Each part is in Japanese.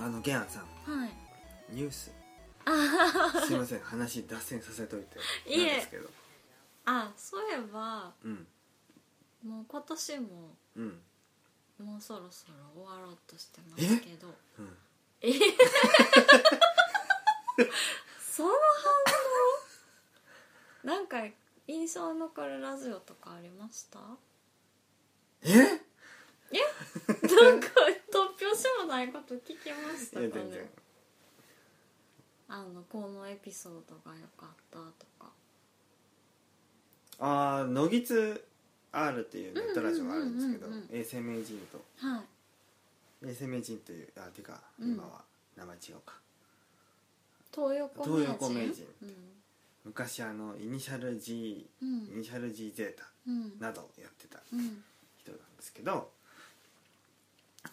あのゲンアンさんはいニュースあははすいません話脱線させといていえなんですけどあそういえばうんもう今年もうんもうそろそろ終わろうとしてますけどうんえ その反応なんか印象に残るラジオとかありましたえなんか突拍子もないこと聞きましいたやかね全然あのこのエピソードが良かったとかああノギツ R っていうネットラジオがあるんですけどうんうんうんうん衛生名人とはい衛生名人というあてかうん今は名前違うか東横名人東横名人うん昔あのイニシャル G うイんニシャル G ゼータうんなどをやってたうん人なんですけど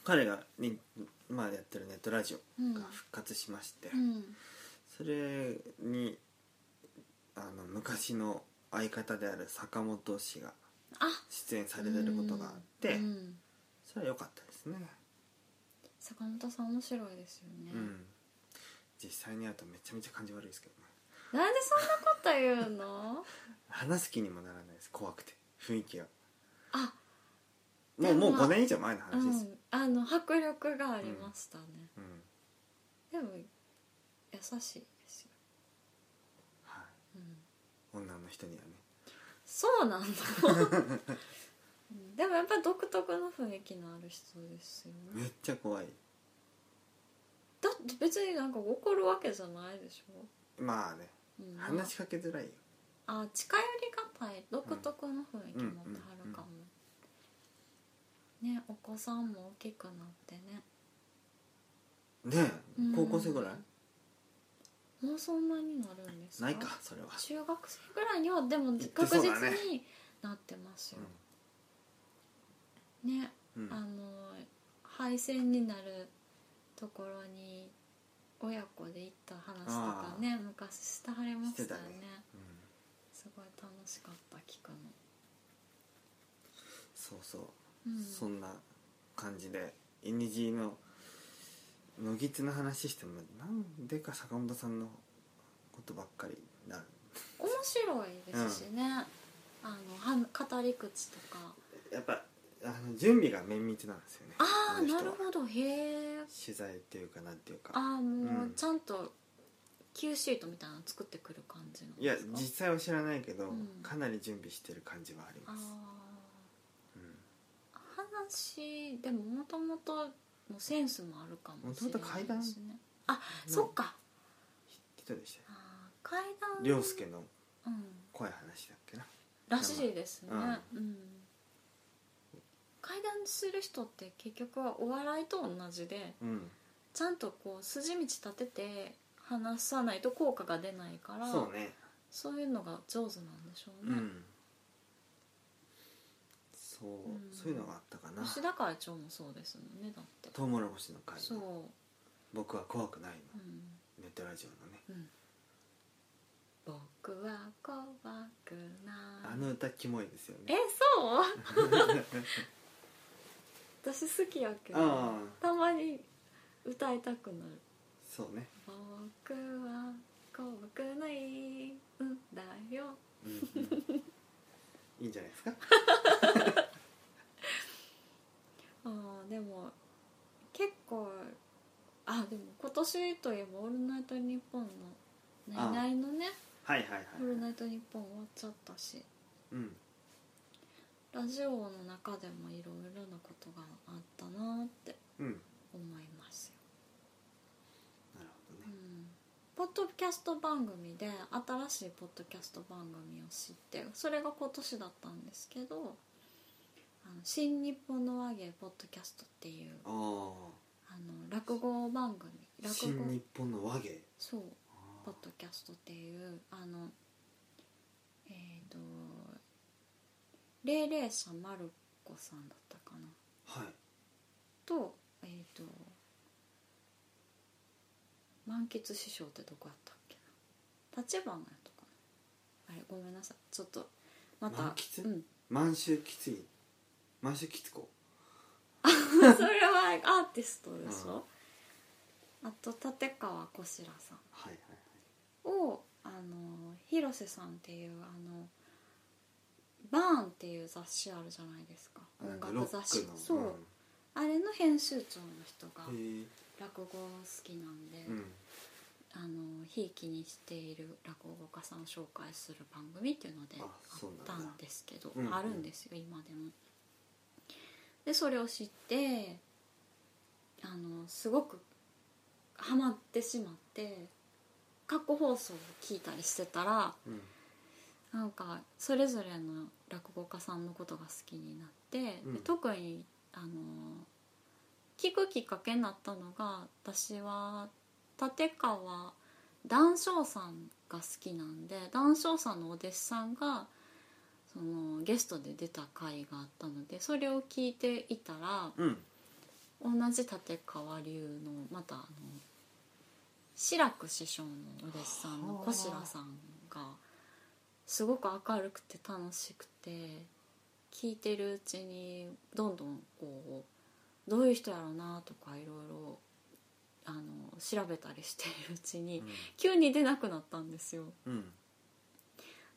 彼がに今やってるネットラジうオんが復活しまして、うんそれにあの昔の相方である坂本氏があ出演されてることがあって、うんそれは良かったですね、坂本さん面白いですよね、うん、実際に会うとめちゃめちゃ感じ悪いですけどねなんでそんなこと言う の話す気にもならないです怖くて雰囲気があもうでももう5年以上前のう話ですよ、んあの迫力がありましたね、うんでも優しいですよ、はい、うん女の人にはねそう なんだうんでもやっぱ独特の雰囲気のある人ですよねめっちゃ怖いだって別になんか怒るわけじゃないでしょ、まあねうん、話しかけづらいよあ近寄りがたい独特の雰囲気持ってはるかも、ねお子さんも大きくなってねねえうん高校生ぐらい、もうそんなになるんですないかそれは、中学生ぐらいにはでもって確そ実うだねになってますよ、ねうんあの廃線になるところに親子で行った話とかね昔してはりましたよねしてたねうんすごい楽しかった聞くの、そうそう、うん、そんな感じで NG の野木津の話してもなんでか坂本さんのことばっかりになる面白いですしね、あのは語り口とかやっぱあの準備が綿密なんですよねああの人なはるほどへえ取材っていうかなんていうかああもううんちゃんと Q シートみたいなの作ってくる感じなんいやですか実際は知らないけど、うんかなり準備してる感じはありあます、あ話でももともとのセンスもあるかもしれ元々階ない段ですねあそっか人でしたよあー階段凌介のうん怖い話だっけならしいですねううん階段する人って結局はお笑いと同じでうんちゃんとこう筋道立てて話さないと効果が出ないからそうねそういうのが上手なんでしょううね、んそう、うんそういうのがあったかな吉田会長もそうですもんねだってトウモロコシの会そう、僕は怖くないのうんネットラジオのねうん、僕は怖くないあの歌キモいですよえねそう 私好きやけどああたまに歌いたくなるそうね、 「僕は怖くないんだようん うん、いいんじゃないですか」あーでも結構あでも今年といえば「オールナイトニッポン」の「ああないない」のねはいはいはい「オールナイトニッポン」終わっちゃったしうんラジオの中でもいろいろなことがあったなってうん思いますよ、なるほどうねん、ポッドキャスト番組で新しいポッドキャスト番組を知ってそれが今年だったんですけど「あの新日本の和芸ポッドキャスト」っていうああの落語番組あ落新語日本の和芸そうあポッドキャストっていうあのえっ、ー、と霊霊者まる子さんだったかなあはいと,、えー、と柑橘師匠ってどこやったっけな立花やとかなあれごめんなさいちょっとまた満喫うん 満州きつい満州きつこそれはアーティストでしょ、あと立川こしらさはいはいはいんをあの広瀬さんっていうあのバーンっていう雑誌あるじゃないですかあなんか音ロ楽ッ雑誌クのそう、あれの編集長の人がうんへ落語好きなんで、えうんあのひいきにしている落語家さんを紹介する番組っていうのでああそうなんだったんですけどうんうんあるんですよ今でも。でそれを知ってあのすごくハマってしまって過去放送を聞いたりしてたらうんなんかそれぞれの落語家さんのことが好きになって、でうん特にあの聞くきっかけになったのが私は立川談笑さんが好きなんで談笑さんのお弟子さんがそのゲストで出た回があったのでそれを聞いていたらうん同じ立川流のまたあの志らく師匠のお弟子さんの小白さんがすごく明るくて楽しくて聞いてるうちにどんどんこうどういう人やろうなとかいろいろあの調べたりしているうちに急に出なくなったんですよ。うんうん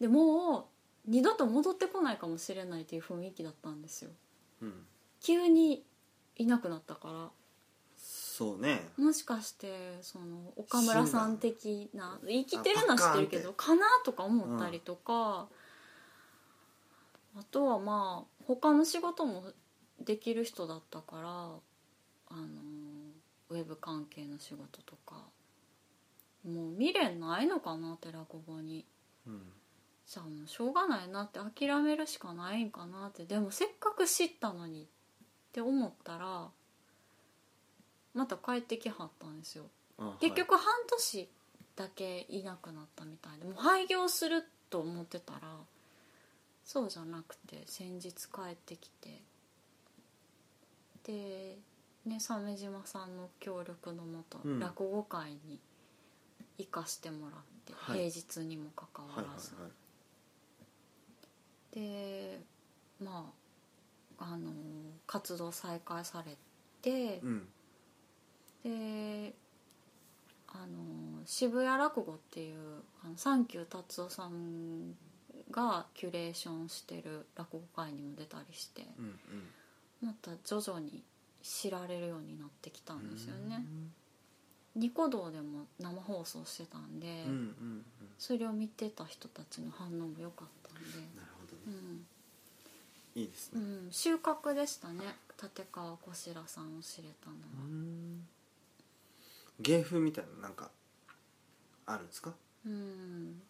でもう二度と戻ってこないかもしれないという雰囲気だったんですよ。うん急にいなくなったからそうねもしかしてその岡村さん的な生きてるのは知ってるけあどかなとか思ったりとか、あとはまあ他の仕事もできる人だったからあのウェブ関係の仕事とかもう未練ないのかなって落語に。うんじゃあもうしょうがないなって諦めるしかないんかなってでもせっかく知ったのにって思ったらまた帰ってきはったんですよあ結局半年だけいなくなったみたいでもう廃業すると思ってたらそうじゃなくて先日帰ってきてでね鮫島さんの協力のもとうん落語会に行かしてもらって、はい平日にもかかわはいらはいず、はいでまああの活動再開されて、うんであの渋谷落語っていうあのサンキュー達夫さんがキュレーションしてる落語会にも出たりしてうんまた徐々に知られるようになってきたうんんですようね。んニコ動でも生放送してたんで、うんうんそれを見てた人たちの反応も良かったんでう、んなるほどうねん、いいですうねん、収穫でしたね立川こしらさんを知れたのうは、ん芸風みたいななんかあるんですかうん、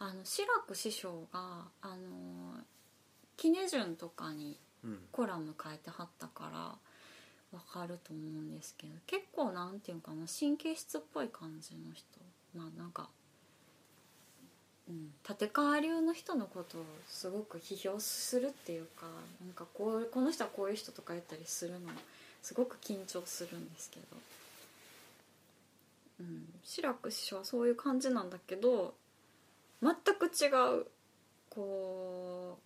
あの志らく師匠があの杵順とかにうんコラム書いてはったからわかると思うんですけど結構なんていうかな神経質っぽい感じの人まあなんか、うん、立川流の人のことをすごく批評するっていうかなんかこうこの人はこういう人とか言ったりするのすごく緊張するんですけど、うん、志らく師匠はそういう感じなんだけど全く違うこう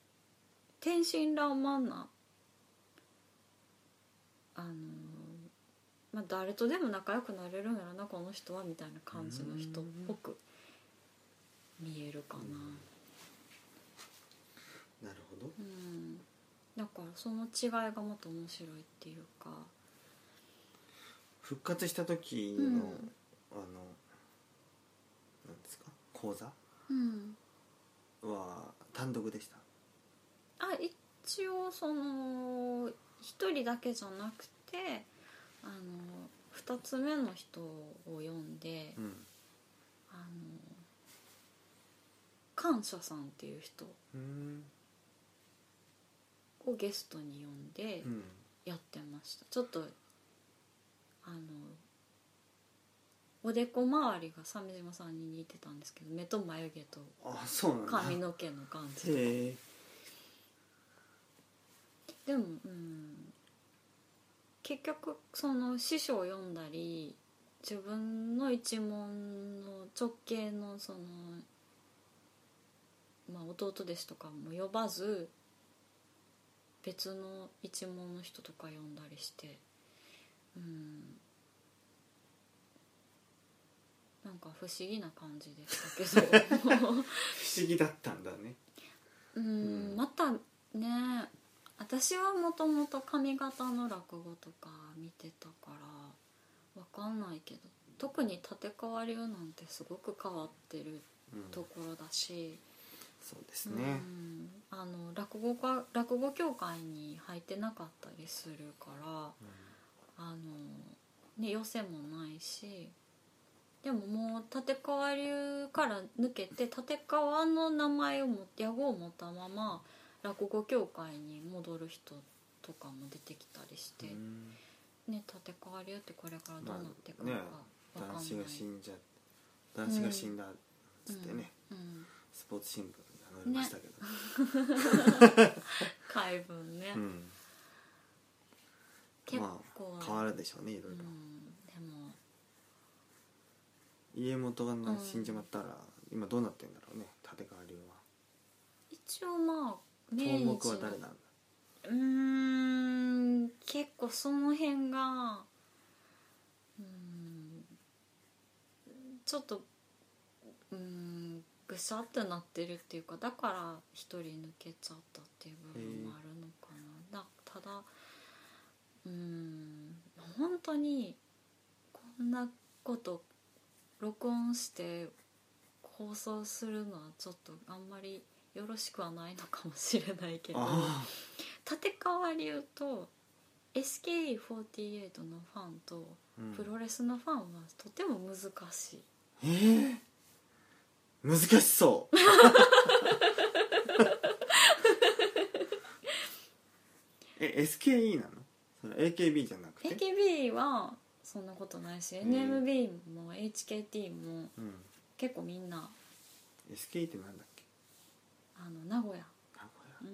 天真爛漫なあのーまあ誰とでも仲良くなれるんやろなこの人はみたいな感じの人っぽく見えるかななるほどうん、だからその違いがもっと面白いっていうか復活した時の、うんあのなんですか講座うんは単独でしたあ一応その一人だけじゃなくてあの二つ目の人を読んで、うんあの感謝さんっていう人うんをゲストに呼んでうんやってました、ちょっとあのおでこ周りが鮫島さんに似てたんですけど目と眉毛とあそうなんだ髪の毛の感じへえでもうん結局その師匠を読んだり自分の一門の直系のその、まあ、弟弟子とかも呼ばず別の一門の人とか呼んだりしてうんなんか不思議な感じでしたけど不思議だったんだねうんまたね私はもともと髪型の落語とか見てたからわかんないけど特に立川流なんてすごく変わってるうんところだし、そうですうんねあの落語家落語協会に入ってなかったりするからあの、ね、寄せもないしでももう立川流から抜けて立川の名前を持って屋号を持ったまま落語協会に戻る人とかも出てきたりして、うんね、立川流ってこれからどうなっていくのかまあねわかんない、男子が死んじゃ男子が死んだっつってね、うん、うんスポーツ新聞に載りましたけど、怪文ね、うん、結ま構、変わるでしょうねいろいろ、うん、でも家元がうん死んじまったら、今どうなってんだろうね立川流は一応まあ東明治木はの誰なんだうーん結構その辺がうーんちょっとうーんぐしゃってなってるっていうかだから一人抜けちゃったっていう部分もあるのかな、だただうーん本当にこんなこと録音して放送するのはちょっとあんまりよろしくはないのかもしれないけど。あ立川流と SKE48 のファンとあ、うんプロレスのファンはとても難しい、えー、難しそう え SKE なのそれ AKB じゃなくて AKB はそんなことないし、うん NMB も HKT もうん、結構みんな SKE ってなんだっけあの名古屋、名古屋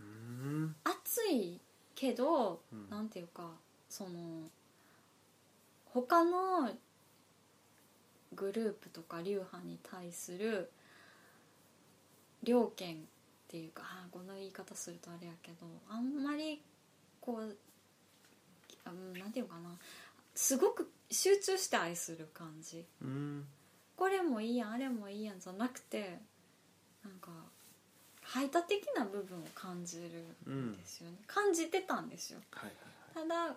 うん、うーん暑いけど、うんなんていうかその他のグループとか流派に対する両権っていうかあーこんな言い方するとあれやけどあんまりこうあうんなんていうかなすごく集中して愛する感じうんこれもいいやんあれもいいやんじゃなくてなんか排他的な部分を感じるうんですよね感じてたんですよはいはいただ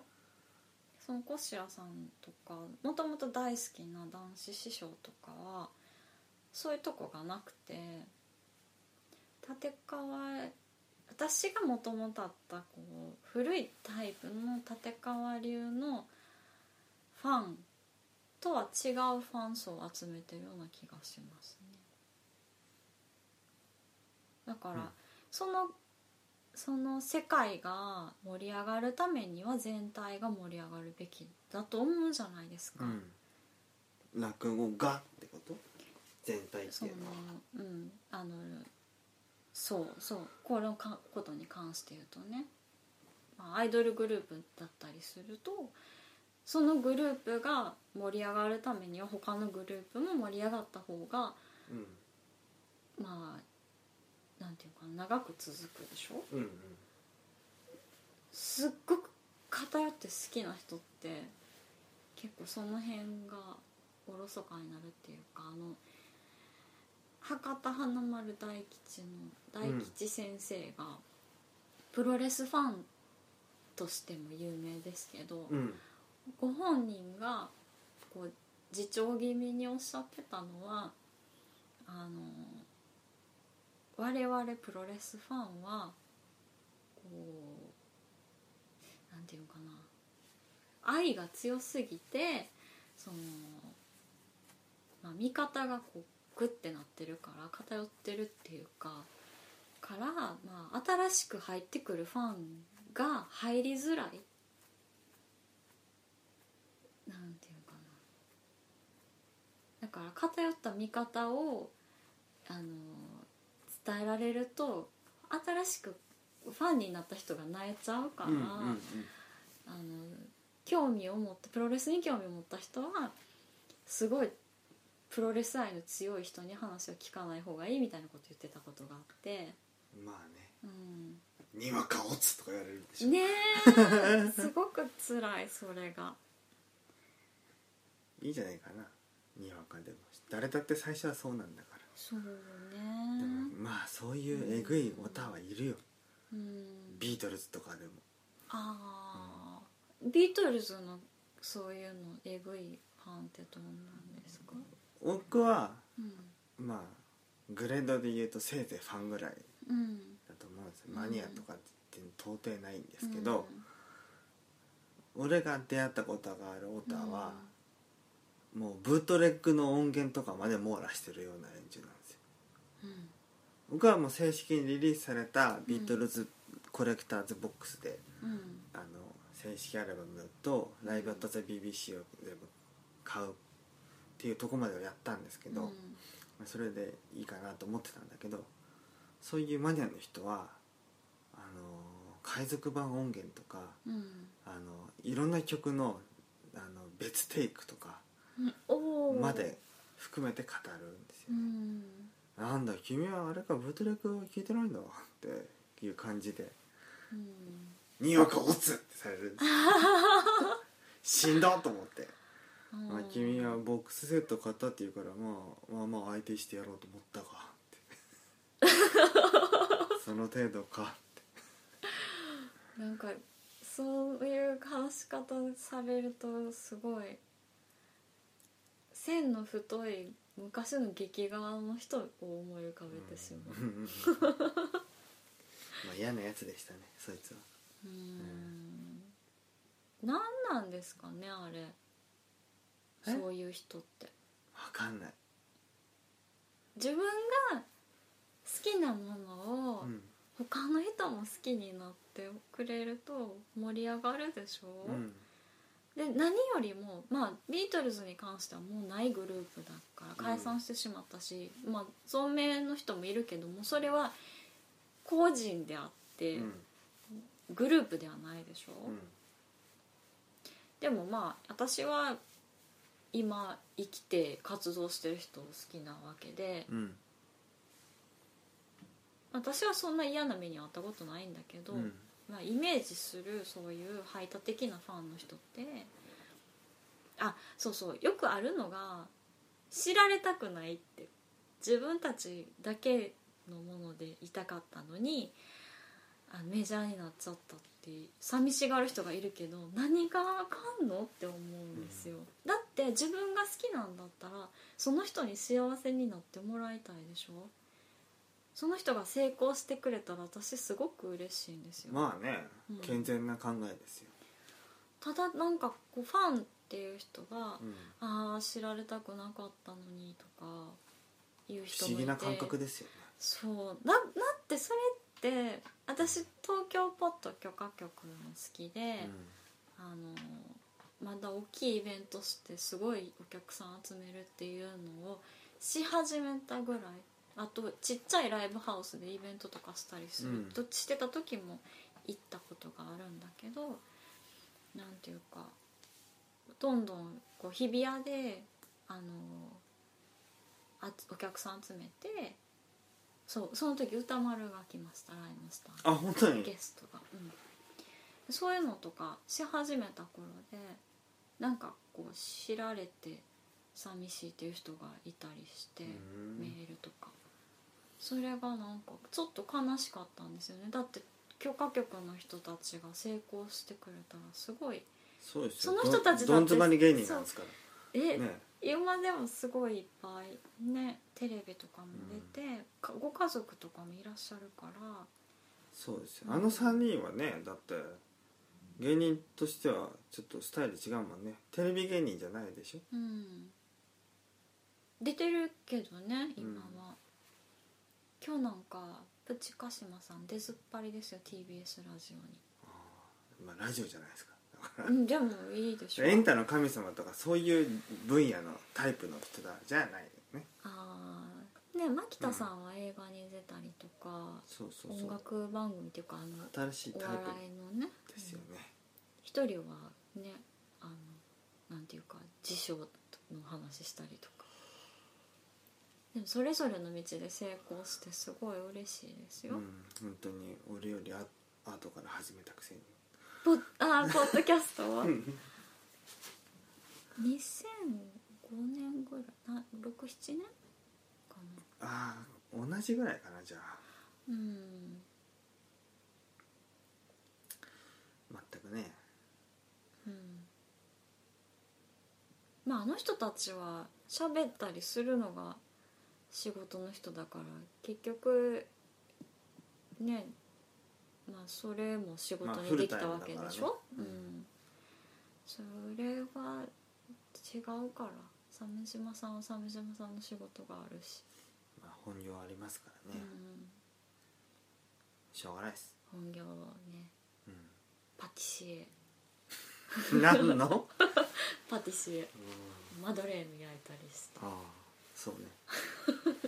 そのコシラさんとかもともと大好きな男子師匠とかはそういうとこがなくて立川私がもともとあったこう古いタイプの立川流のファンとは違うファン層を集めてるような気がしますねだから、うんそのその世界が盛り上がるためには全体が盛り上がるべきだと思うじゃないですか、はい、うん、落語がってこと全体ってそいのうのはうんあのそうそうこのかことに関して言うとね、まあ、アイドルグループだったりするとそのグループが盛り上がるためには他のグループも盛り上がった方がまあなんていうかな長く続くでしょうんうんすっごく偏って好きな人って結構その辺がおろそかになるっていうかあの博多華丸大吉の大吉先生が、プロレスファンとしても有名ですけど、うんうんご本人がこう自重気味におっしゃってたのはあの我々プロレスファンはこうなんていうのかな愛が強すぎてその、まあ、味方がこうグッてなってるから偏ってるっていうかから、まあ、新しく入ってくるファンが入りづらいなんていうかなだから偏った見方をあの伝えられると新しくファンになった人が泣いちゃうから、うんうんうんあの興味を持ってプロレスに興味を持った人はすごいプロレス愛の強い人に話を聞かない方がいいみたいなこと言ってたことがあって、まあねうん、にわかオツとか言われるでしょ、ねえ すごく辛いそれがいいじゃないかなにわかでも誰だって最初はそうなんだから、そうねでもまあそういうえぐいオタはいるよ、うんビートルズとかでもあービートルズのそういうのえぐいファンってどうなんですか、僕はうんまあグレードで言うとせいぜいファンぐらいうん、だと思うんですようんマニアとかって到底ないんですけど、俺が出会ったことがあるオうんタは、もうブートレックの音源とかまで網羅してるような連中なんですようん僕はもう正式にリリースされたビートルズコレクターズボックスで、うんあの正式アルバムと「ライブ・アット・ザ・ BBC」を全部買うっていうとこまではやったんですけど、うんまあそれでいいかなと思ってたんだけどそういうマニアの人はあの海賊版音源とかうんあのいろんな曲のあの別テイクとかうんおーまで含めて語るんですよう。んなんだ君はあれかブートレックを聞いてないんだっていう感じでうん「にわかオツ!」ってされるん ですよしんどっと思って。まあ、君はボックスセット買ったっていうから、まあ、まあまあ相手してやろうと思ったかって その程度かってなんかそういう話し方されるとすごい線の太い昔の劇画の人を思い浮かべてしまううんまあ嫌なやつでしたねそいつはうーん何なんですかねあれえそういう人って分かんない、自分が好きなものをうん他の人も好きになってくれると盛り上がるでしょ、うんで何よりも、まあ、ビートルズに関してはもうないグループだから解散してしまったし、まあ、存命の人もいるけどもそれは個人であって、うんグループではないでしょ、うんでもまあ私は今生きて活動してる人を好きなわけでうん私はそんな嫌な目に遭ったことないんだけど、うんまあ、イメージするそういう排他的なファンの人ってあそうそうよくあるのが知られたくないって自分たちだけのものでいたかったのにあメジャーになっちゃったって寂しがる人がいるけど何があかんのって思うんですよ、だって自分が好きなんだったらその人に幸せになってもらいたいでしょその人が成功してくれたら私すごく嬉しいんですよ、まあねうん健全な考えですよ、ただなんかこうファンっていう人がうん「ああ知られたくなかったのに」とかいう不人思もいて議な感覚ですよねそうだだってそれって私東京ポッド許可局も好きで、あのまだ大きいイベントしてすごいお客さん集めるっていうのをし始めたぐらいあとちっちゃいライブハウスでイベントとかしたりする、うんとしてた時も行ったことがあるんだけどなんていうかどんどんこう日比谷であのあお客さん集めてそうその時歌丸が来ましたライムスターうのん、あ本当ゲにストが、うん、そういうのとかし始めた頃でなんかこう知られて寂しいっていう人がいたりして、うんメールとかそれがなんかちょっと悲しかったんですよねだって許可局の人たちが成功してくれたらすごいそうですそよの人たちだってどんどんずばに芸人なんですからえ、ね今でもすごいいっぱいねテレビとかも出て、かご家族とかもいらっしゃるからそうですよあの3人はねだって芸人としてはちょっとスタイル違うもんねテレビ芸人じゃないでしょうん出てるけどね今は、今日なんかプチカシマさん出ずっぱりですよ TBS ラジまあラジオじゃないですか オにうんでもいいでしょエンタの神様とかそういう分野のタイプの人だじゃないよねああね牧田さんは映画に出たりとか、そうそうそ音う楽番組っていうかあの新しいおタイ笑いのねプですよねうん一人はね辞書の話したりとかでもそれぞれの道で成功してすごい嬉しいですよ、うん本当に俺よりあ後から始めたくせにポッあーポッドキャストは2005年ぐらいな67年かなああ同じぐらいかなじゃあうん全くねうんまああの人たちは喋ったりするのが仕事の人だから結局ねまあそれも仕ま事あにできたわけでしょ、フルタイムだからねうんうんそれは違うから鮫島さんは鮫島さんの仕事があるし、まあ本業ありますからうね、ん、しょうがないです、本業はねうパティシエ ん、何の、うん、パティシエマドレーヌ焼いたりしてああそうね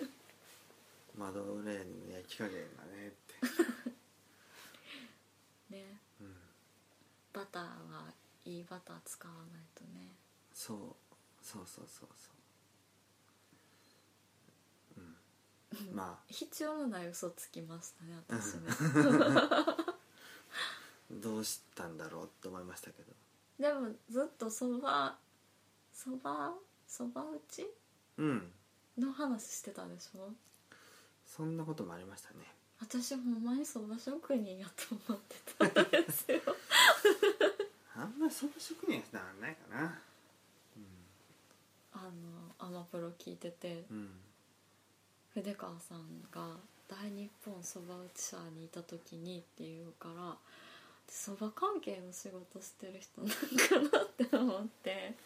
マドレーヌの焼き加減がねって、ねうん、バターはいいバター使わないとねそうそうそうそうそううんまあ必要のない嘘つきましたね私ねどうしたんだろうって思いましたけど でもずっとそばそばそば打ちうんの話してたでしょそんなこともありましたね私ほんまにそば職人やと思ってたんですよあんまりそば職人はならないかなあのアマプロ聞いててうん、うん、筆川さんが「大日本そば打ち社」にいた時にっていうからそば関係の仕事してる人なんかなって思って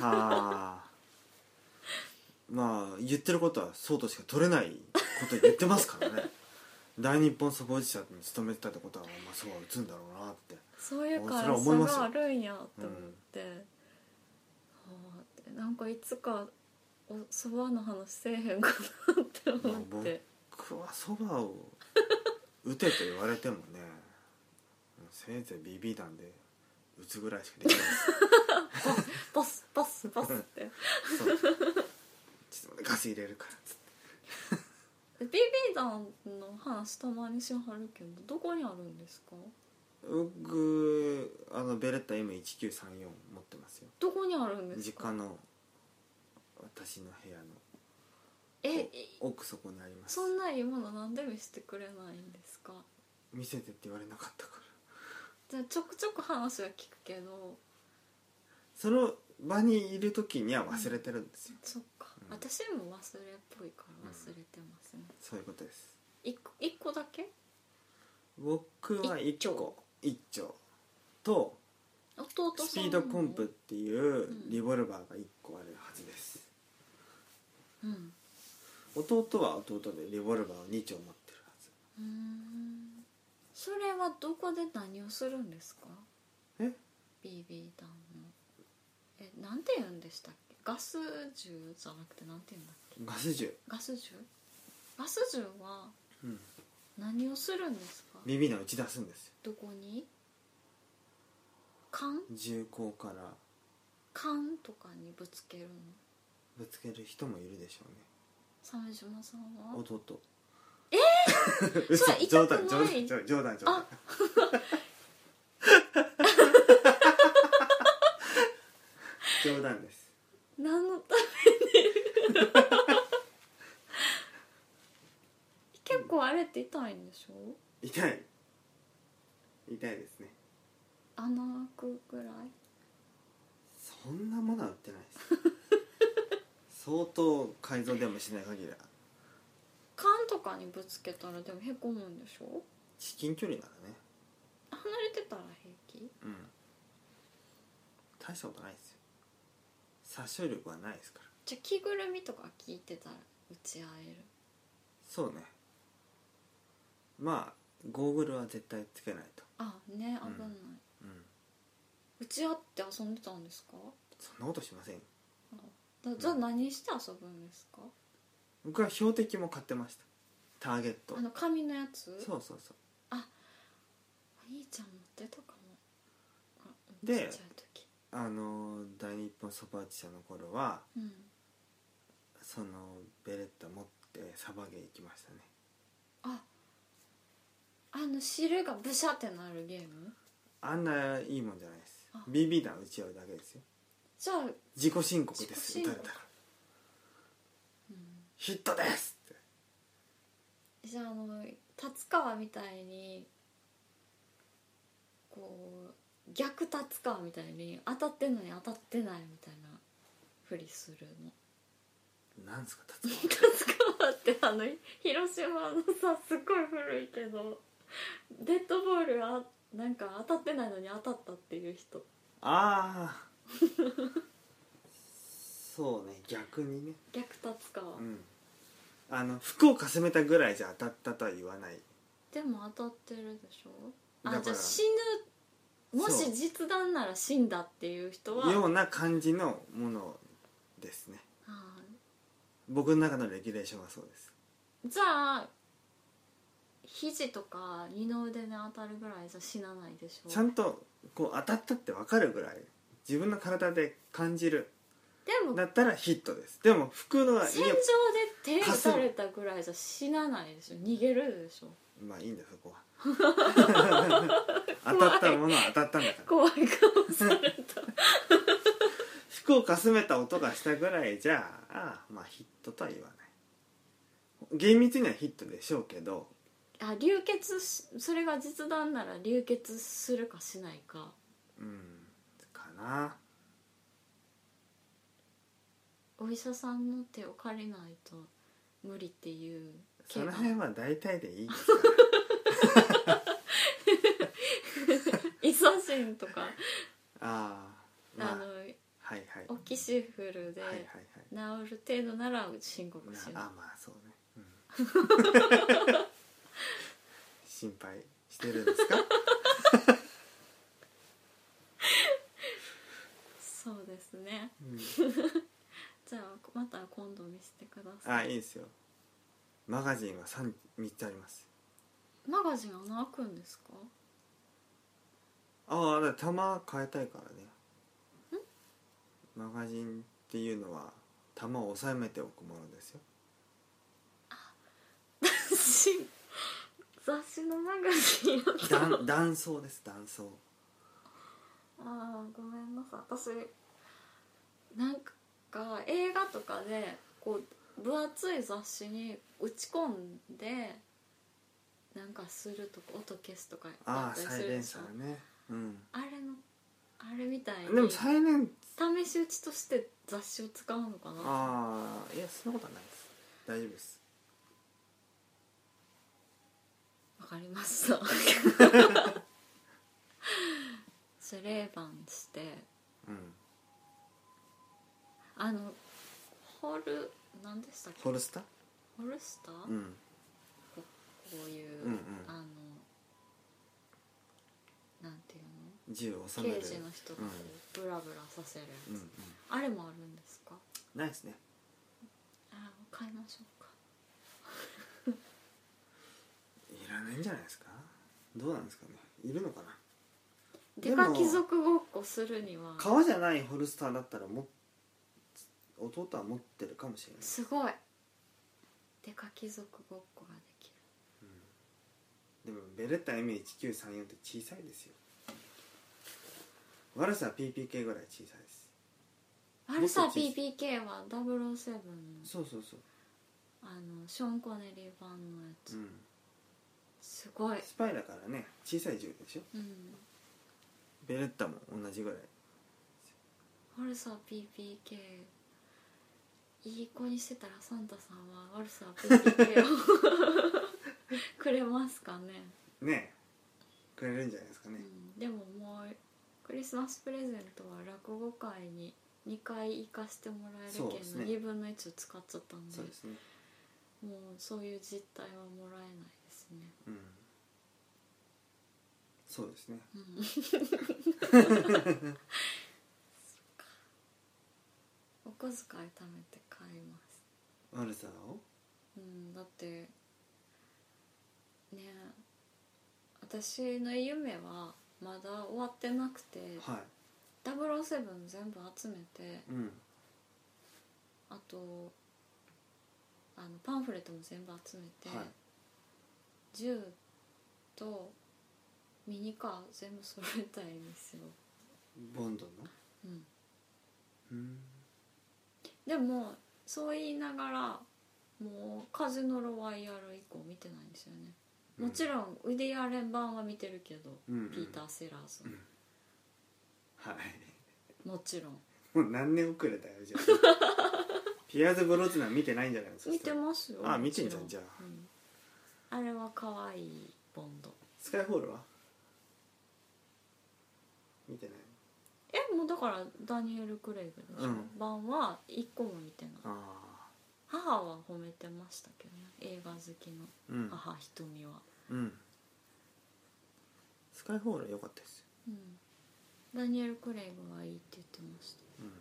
ああまあ言ってることはそうとしか取れないこと言ってますからね 大日本そば社に勤めてたってことはまあそうは打つんだろうなってそういうそ辛れはさ思いますよがあるんやと思って、はあってなんかいつかおそばの話せえへんかなって思って僕はそばを打てと言われてもねせいぜい BB 弾で打つぐらいしかできないパスパスパ スってですそうちょっと待ってガス入れるからっつってで BB 弾の話たまにしはるけどどこにあるんですか僕あのベレッタ M1934 持ってますよどこにあるんです実か家の私の部屋のえい奥底にありますそんないいものなんで見せてくれないんですか見せてって言われなかったからじゃあちょくちょく話は聞くけどその場にいる時には忘れてるんですよ、そっか、うん私も忘れっぽいから忘れてますね、そういうことです一個一個だけ僕は一1丁個1丁と弟さんのスピードコンプっていうリボルバーが1個あるはずですうん弟は弟でリボルバーを2丁持ってるはずうーんそれはどこで何をするんですかえ BB 弾のえなんて言うんでしたっけガス銃じゃなくてなんて言うんだっけガス銃、ガス銃ガス銃はうん、何をするんですかビビナを打ち出すんですよどこに缶銃口から缶とかにぶつけるのぶつける人もいるでしょ鮫島さんうねは弟 ええそれ痛冗くな談い冗談冗談冗談冗談あ 冗談です何のために結構あれって痛いんでしょ痛い痛いですね穴開くぐらいそんなものは売ってないです相当改造でもしない限りは缶とかにぶつけたらでもへこむんでしょ至近距離ならね離れてたら平気うん大したことないですよ殺傷力はないですからじゃあ着ぐるみとか聞いてたら打ち合えるそうねまあゴーグルは絶対つけないとあねう危んない、うん打ち合って遊んでたんですかそんなことしませんよだじゃあ何して遊ぶんですか、僕は標的も買ってましたターゲットあの紙のやつそうそうそうお兄ちゃん持ってたかもあでちっちゃい時あのー大日日本そば打ち社の頃はうんそのベレッタ持ってサバゲー行きましたねああの汁がブシャってなるゲームあんないいもんじゃないですあ BB 弾打ち合うだけですよじゃあ、自己申告です打自己申告たれたらうんヒットですってじゃああの達川みたいにこう逆達川みたいに当たってんのに当たってないみたいなふりする のなんですか達 川達川ってあの広島のさすっごい古いけどデッドボールはなんか当たってないのに当たったっていう人ああそうね逆にね逆達川、うんあの服をかすめたぐらいじゃ当たったとは言わないでも当たってるでしょだかあらじゃあ死ぬもそしう実弾なら死んだっていう人はような感じのものですねあ僕の中のレギュレーションはそうですーじゃあ肘とか二の腕に当たるぐらいじゃ死なないでしょちゃんとこう当たったって分かるぐらい自分の体で感じるでもだったらヒットですでも服のはいい戦場で手打たれたぐらいじゃ死なないでしょ逃げるでしょまあいいんだよそこは 当たったものは当たったんだから怖い顔された服をかすめた音がしたぐらいじゃああまあヒットとは言わない厳密にはヒットでしょうけどあ流血しそれが実弾なら流血するかしないかうんかなお医者さんの手を借りないと無理っていうその怪我辺は大体でいいです イソシンとか、ああまああ、のはいはいオキシフルではいはいはい治る程度なら申告しななあまあそうね、うん 心配してるんですかそうですね、じゃあまた今度見せてくだあさいいいですよマガジンは 3, 3つありますマガジン穴開くんですかああだから弾変えたいからねマガジンっていうのは弾を収めておくものですよ私雑誌のマガジ弾ン弾倉です弾倉ああごめんなさい私なんか映画とかでこう分厚い雑誌に打ち込んでなんかするとか音消すとかああやっサたりすイるレでンしサょーねうんあれのあれみたいでもにサイレン試し打ちとして雑誌を使うのかなああいやそんなことはないです大丈夫ですわかりました それ冷番してうんあのホル何でしたっけホルスタホルスター、うんこういう、うんうんあのなんていう銃を収めのる刑事の人がこうブラブラさせるやうんつ、うんあれもあるんですかないですねあ買いましょうかいらないんじゃないですかどうなんですかねいるのかなででもか貴族ごっこするには革じゃないホルスターだったらも弟は持ってるかもしれないすごいでか貴族ごっこができるでもベレッタ M1934 って小さいですよ悪さは PPK ぐらい小さいですあれさもっと小 PPK は007のそうそうそあのショーン・コネリー版のやつ、う、うん、すごい、スパイだからね小さい銃でしょうん、ベレッタも同じぐらいワルサー PPK いい子にしてたらサンタさんはワルサー PPK を くれますかね、ねえくれるんじゃないですかねうん、でももうクリスマスプレゼントは落語会に2回行かしてもらえそうるでけすど、ね2分の1を使っちゃったんでそうですねもうそういう実態はもらえないですね、うんそうですねうん、 お小遣い貯めて買います悪さをうん、だってね私の夢はまだ終わってなくてはい007全部集めてうんあとあのパンフレットも全部集めて、はい銃とミニカー全部揃えたいんですよ、ボンドのうん、うんでもそう言いながらもう「カジノロワイヤル」以降見てないんですよねもちろんウディ・アレン版は見てるけど、うんうんピーター・セラーズ、はい もちろんもう何年遅れだよ じゃあピアーズ・ブロズナー見てないんじゃないですか見てますよあもちろ見てんじゃんじゃあうんあれは可愛いボンドスカイホールは見てないえもうだからダニエル・クレイグでしょ、うん版は一個も見てないああ母は褒めてましたけどね映画好きのうん母瞳は、うんスカイホールは良かったですようん、ダニエル・クレイグはいいって言ってましたうん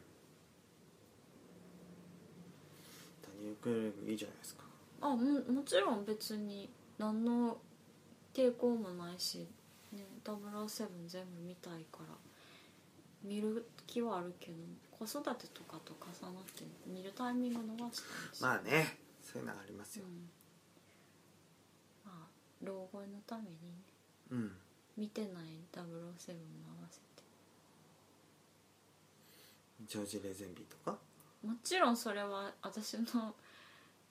ダニエル・クレイグいいじゃないですかあももちろん別に何の抵抗もないし、ね、007全部見たいから見る気はあるけど子育てとかと重なって見るタイミング逃したんですよ、まあねそういうのはありますうよんまあ老後のためにねうん見てない007も合わせてジョージ・レゼンビーとかもちろんそれは私の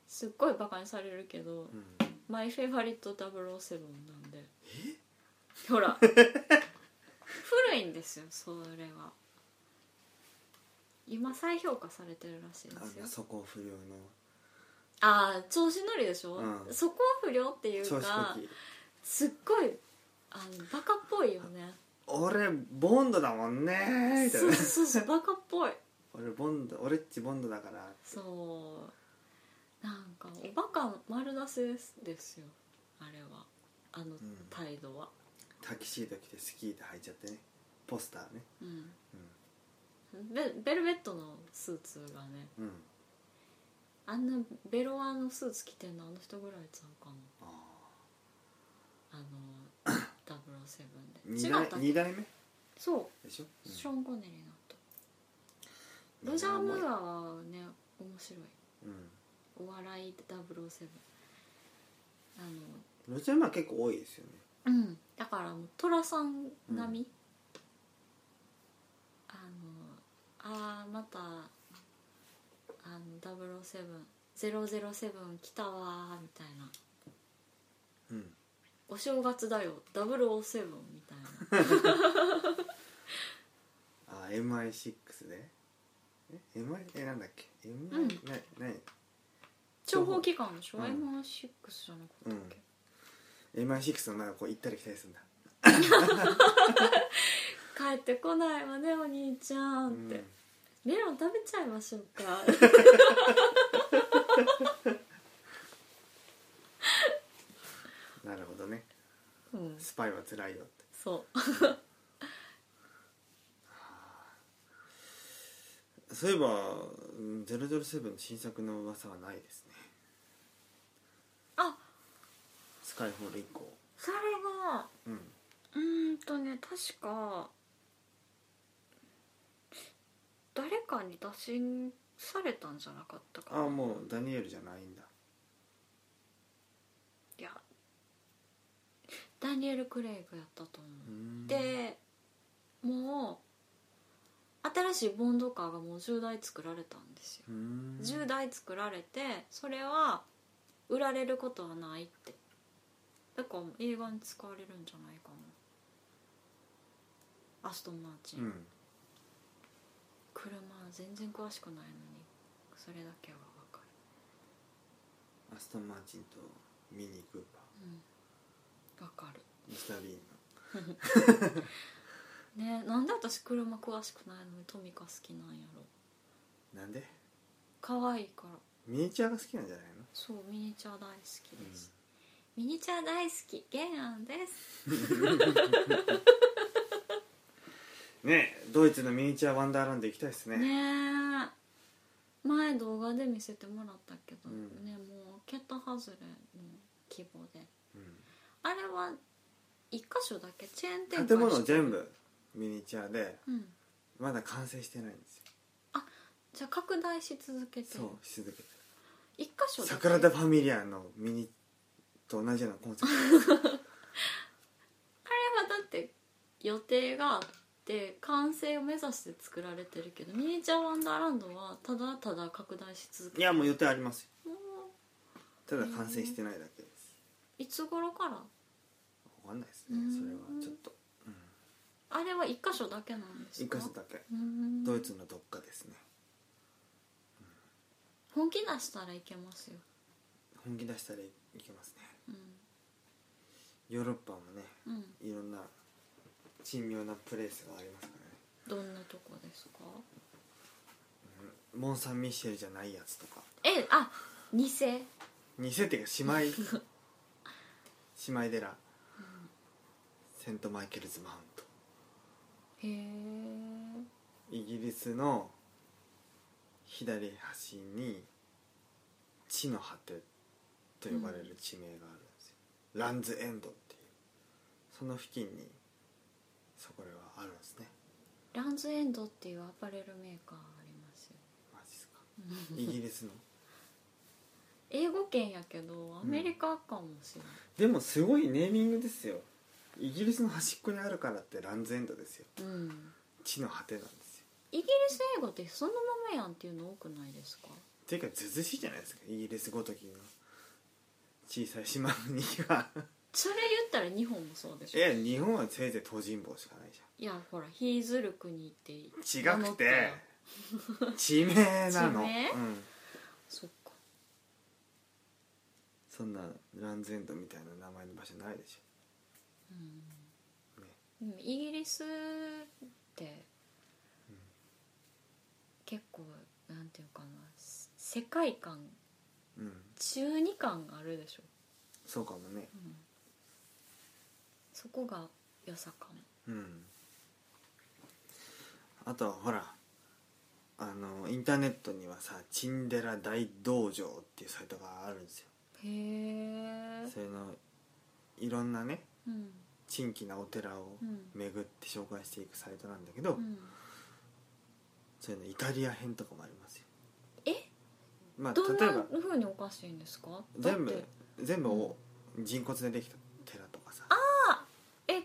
すっごいバカにされるけど、うんマイフェイバリット007なんでほら古いんですよそれは今再評価されてるらしいあでんすよな素行不良のああ調子乗りでしょ、うんそこは不良っていう調子かこきすっごいあのバカっぽいよね俺ボンドだもんねみたいそなうそうそうバカっぽい俺ボンド俺っちボンドだからそうなんかおバカ丸出しですですよあれはあのん態度は、タキシード着てスキーで履いちゃってねポスターねうんうベベルベットのスーツがねん、うん、あんなベロアのスーツ着てんのあの人ぐらいちゃうかなああ の007で違ったあっけ2代目そうでしょ、うんショーン・コネリーのとロジャー・ムーアはね面白いうんお笑い007あロジャームーア結構多いですよねのうんだからもう寅さん並み、あのあーまたあの007 007来たわーみたいなうんお正月だよ007みたいなあ MI6 でえ MI えなんだっけ MI、うんな何情報機関でしょ、うん M6 じゃなかったっけ、 MI6 の前をこう行ったり来たりするんだ帰ってこないわねお兄ちゃんって、うんメロン食べちゃいましょうかなるほどねうんスパイは辛いよってそうそういえばうん007の新作の噂はないですねあスカイホール以降それがうんうーんとね確か誰かに打診されたんじゃなかったかあなもうダニエルじゃないんだいやダニエル・クレイグやったと思ううーんでもう新しいボンドカーがもう10台作られたんですようーん10台作られてそれは売られることはないってだから映画に使われるんじゃないかなアストン・マーチン、うん車全然詳しくないのにそれだけは分かアストン・マーチンとミニー・クーパるうん分かるーミスター・ビーンのねなんで私車詳しくないのにトミカ好きなんやろなんで可愛いからミニチュアが好きなんじゃないのそうミニチュア大好きです、ミニチュア大好きゲンアンですねえドイツのミニチュアワンダーランド行きたいですねねえ前動画で見せてもらったけど、うんねもう桁外れの規模でうあれは一箇所だけチェーンん、店建物して全部ミニチュアでうんままだ完成してないんですよじゃあ拡大し続けてそうし続けて一箇所だけ桜田ファミリアのミニと同じようなコンセプあれはだって予定があって完成を目指して作られてるけどミニチュアワンダーランドはただただ拡大し続けトいやもう予定ありますよもただ完成してないだけですういつ頃から分かんないですねうんそれはちょっとあれは一箇所だけなんです一か箇所だけうんドイツのどっかですね本気出したらいけますよ、本気出したらいけますねうんヨーロッパもねうん、いろんな珍妙なプレイスがありますからねどんなとこですかモン・サン・ミシェルじゃないやつとかえあ偽偽っていう か姉妹姉妹寺セント・マイケルズ・マウントへえイギリスの左端に「地の果て」と呼ばれる地名があるんですよ、ランズエンドっていうその付近にそこれはあるんですねランズエンドっていうアパレルメーカーありますよマジっすかイギリスの英語圏やけどアメリカかもしれない、でもすごいネーミングですよイギリスの端っこにあるからってランズエンドですようん、地の果てなんですよイギリス英語ってそのままやんっていうの多くないですかっていうかずうずうしいじゃないですかイギリスごときの小さい島にはそれ言ったら日本もそうでしいょや日本はせいぜい東尋坊しかないじゃんいやほら「ヒーズル国」って違名く乗ったてら 地名なの地名うん、そっかそんなランズエンドみたいな名前の場所ないでしうんょ、ね、でもイギリスってうん結構なんていうかなせ世界観うん中二感があるでしょ、そうかもねうんそこが良さかもうんあとはほらあのインターネットにはさ「チンデラ大道場」っていうサイトがあるんですよへえそれのいろんなねうん珍奇なお寺をうん巡って紹介していくサイトなんだけど、うんそういうのイタリア編とかもありますよえまあどん例えなばふうにおかしいんですかだ全っ部て全部を人骨でできた寺とかさえ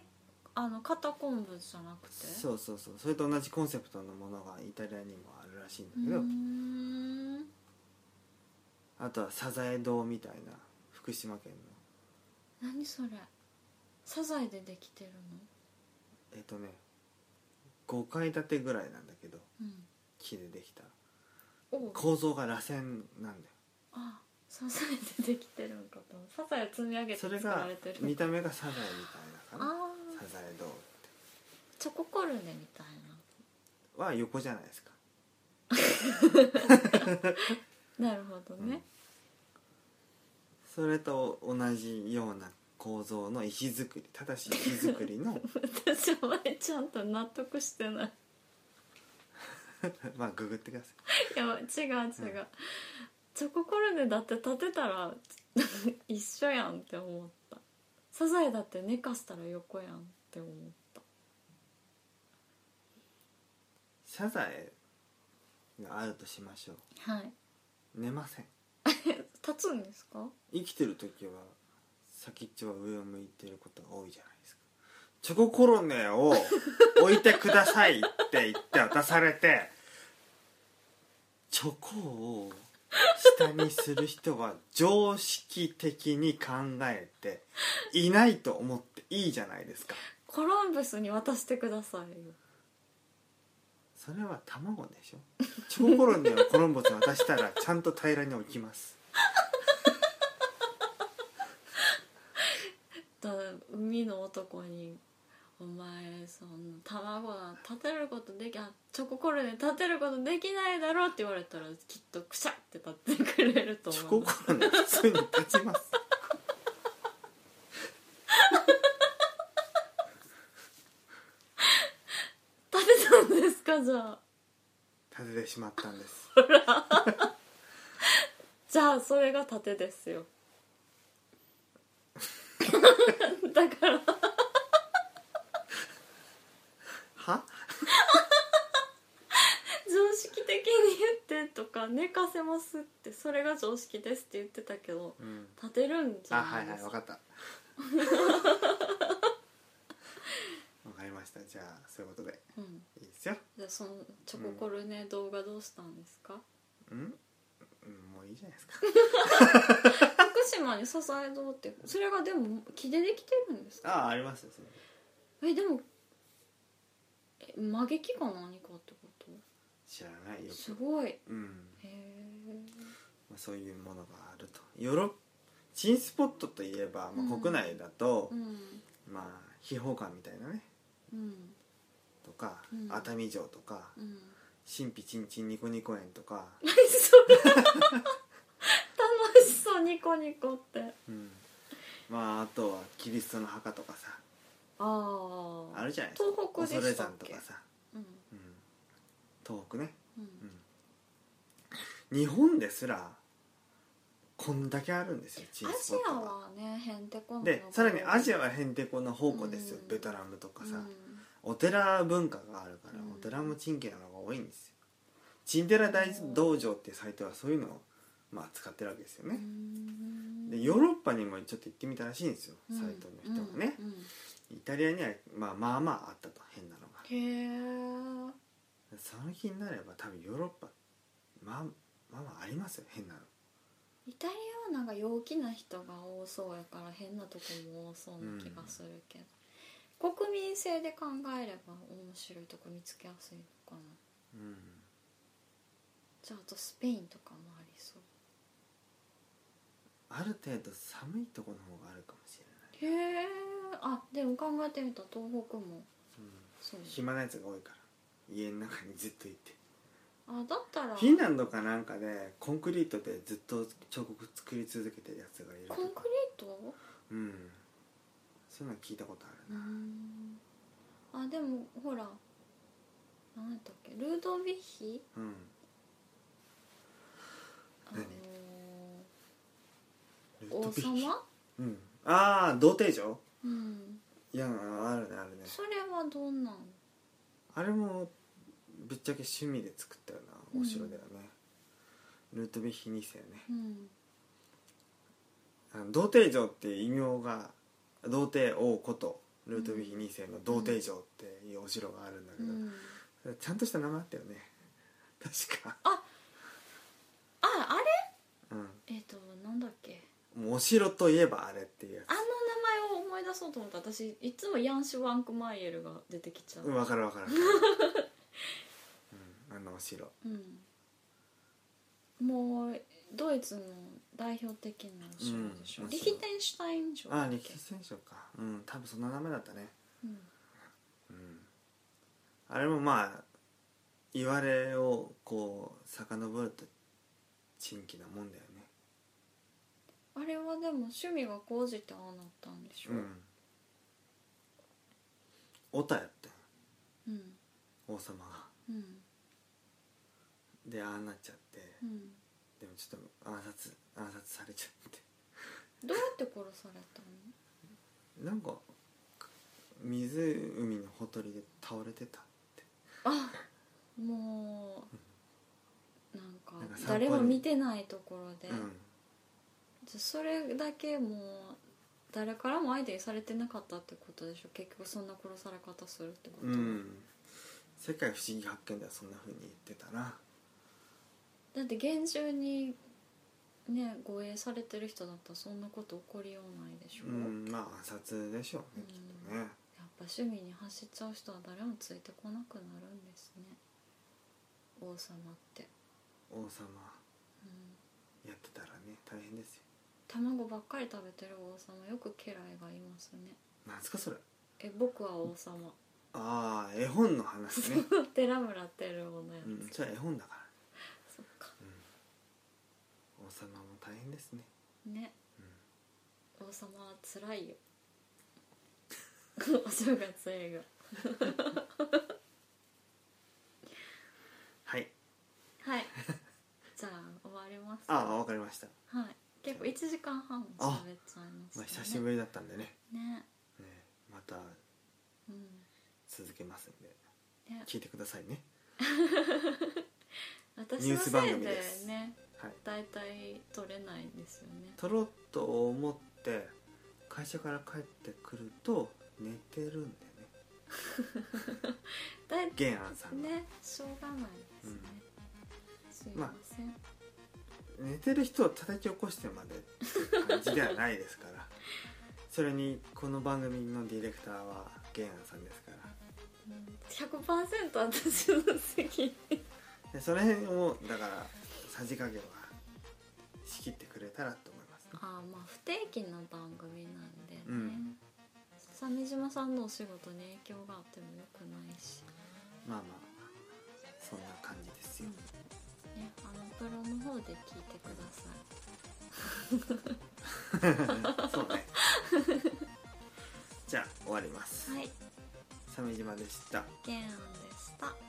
あの肩昆布じゃなくてそうそうそうそれと同じコンセプトのものがイタリアにもあるらしいんだうけど、ーんあとはサザエ堂みたいな福島県の何それサザエでできてるえっ、とね5階建てぐらいなんだけどの木でできたうんお構造が螺旋なんだあサザエでできてるんかと思うサザエ積み上げよてそ作れがられてる見た目がサザエみたいなかなあサーザエ堂っチョココルネみたいては横じゃないですかななるほどね、それと同じような構造の石造りただし石造りの私は前ちゃんと納得して ない まあググってくださいや違う違う、チョココルネだって立てたら 一緒やんって思ったサザエだって寝かしたら横やんって思ったいサザエがあるとしましょうはい寝ません立つんですか生きてる時は先っちょは上を向いてることが多いじゃないですかチョココロネを置いてくださいって言って渡されてチョコを下にする人は常識的に考えていないと思っていいじゃないですかコロンブスに渡してくださいよそれは卵でしょチョココロネをコロンボスに渡したらちゃんと平らに置きますだ海の男に「お前そんな卵は立てることできあチョココロネ立てることできないだろ」って言われたらきっとクシャって立ってくれるとチョコ思うコロネ普通に立ちます立てたんですかじゃあ立ててしまったんですじゃあそれが盾です よだからは識的に言ってとか寝かせますってそれが常識ですって言ってたけどうん立てるんじあゃはないはいいです分 かったわかりましたじゃあそういうことでうん、いいですよじゃあそのチョココルネ動画どうしたんですか、うんうんもういいじゃないですか福島に支え堂ってそれがでも木でできてるんですかああありますよそれえでもえ曲げ木か何かってこ知らないとよすごいへうん、えまあ、そういうものがあるとヨーロッ新スポットといえば、まうあ、ん国内だとう、んまあ秘宝館みたいなねうんとか、うん熱海城とかうん 神秘ちんちんニコニコ園とか、何それ楽しそうニコニコってうん、まああとはキリストの墓とかさあああるじゃないですか東北で恐したっ山とけかさ、うんうん、東北ね、ううんん、日本ですらこんだけあるんですよチアンスジポッアトがはねへんてこなでさらにアジアアはへんてこな宝庫ですよ、うんベトナムとかさ、お寺文化があるから、お寺もチンケなのが多いんですよチンテラ大道場っていうサイトはそういうのを、まあ、使ってるわけですよね、でヨーロッパにもちょっと行ってみたらしいんですよ、サイトの人がね、イタリアには、まあ、まあまああったと変なのがへえその気になれば多分ヨーロッパまあまあまあありますよ変なのイタリアはなんか陽気な人が多そうやから変なとこも多そうな気がするけど、国民性で考えれば面白いとこ見つけやすいのかなうんじゃああとスペインとかもありそうある程度寒いとこの方があるかもしれない、へえあでも考えてみたら東北もう、そうんね暇なやつが多いから家の中にずっといてあだったらフィンランドかなんかでコンクリートでずっと彫刻作り続けてるやつがいるとコンかクリートうんそういうの聞いたことあうるな、んあでもほら何だったっけルードヴィヒうん、あ何ルの王様うんああ童貞城うんいやあるねあるねそれはどんなんあれもぶっちゃけ趣味で作ったようなお城だよね、ルートヴィヒ2世ねうんあの童貞城って異名が童貞王ことルートヴィヒ2世の童貞城っていうお城があるんだけうど、んちゃんとした名前あったよね確か、ああれうえっ、となんだっけん、もうお城といえばあれっていうやあの名前を思い出そうと思った私いつもヤンシュ・ワンクマイエルが出てきちゃつう分かる分かる、 うん、あのお城うん、もうドイツの代表的な城でしょ、うんリヒテンシュタイン城ああだっ力け士選手かうん多分そんな名前だったねうんうんあれもまあ言われをこう遡ると珍奇なもんだよねあれはでも趣味が高じてああなったんでしょうんオタやってうん王様がうんでああなっちゃってうんでもちょっと暗殺暗殺されちゃってどうやって殺されたのなんか湖のほとりで倒れてたってあもうなんかなんか散歩に誰も見てないところで、うんじゃあそれだけもう誰からも相手にされてなかったってことでしょ結局そんな殺され方するってことうは、ん「世界不思議発見」ではそんな風に言ってたなだって厳重にね護衛されてる人だったらそんなこと起こりようないでしょ、うやっんまあ暗殺でしょうねきっとうんねぱ趣味に走っちゃう人は誰もついてこなくなるんですね王様って、王様うん、やってたらね大変ですよ卵ばっかり食べてる王様よく家来がいますねなんすかそれえ僕は王様 ああ絵本の話ね、寺村テルオのやつ、うん、それは絵本だからそっか王様も大変ですねね、王様はつらいよ お正月映はい画はい じゃあ終わりますああわかりました、はい結構1時間半も喋っちゃいましたまあ、ね久しぶりだったんでねねねまたうん続けますんでね聞いてくださいね私ニュのースせ番い組でですねはい大体取れないんですよね取ろうと思って会社から帰ってくると寝てるんだよねだい玄安さんが、ねしょうがないですね、すいません、寝てる人を叩き起こしてまでっていう感じではないです からそれにこの番組のディレクターは玄安さんですから100%私の責任でその辺をだからさじ加減は仕切ってくれたらと思いますねああまあ不定期な番組なんでね、うん鮫島さんのお仕事に影響があってもよくないし、まあまあそんな感じですよ、ね、あのプロの方で聞いてくださいそうね じゃあ終わりますはい鮫島でしたゲンアンでした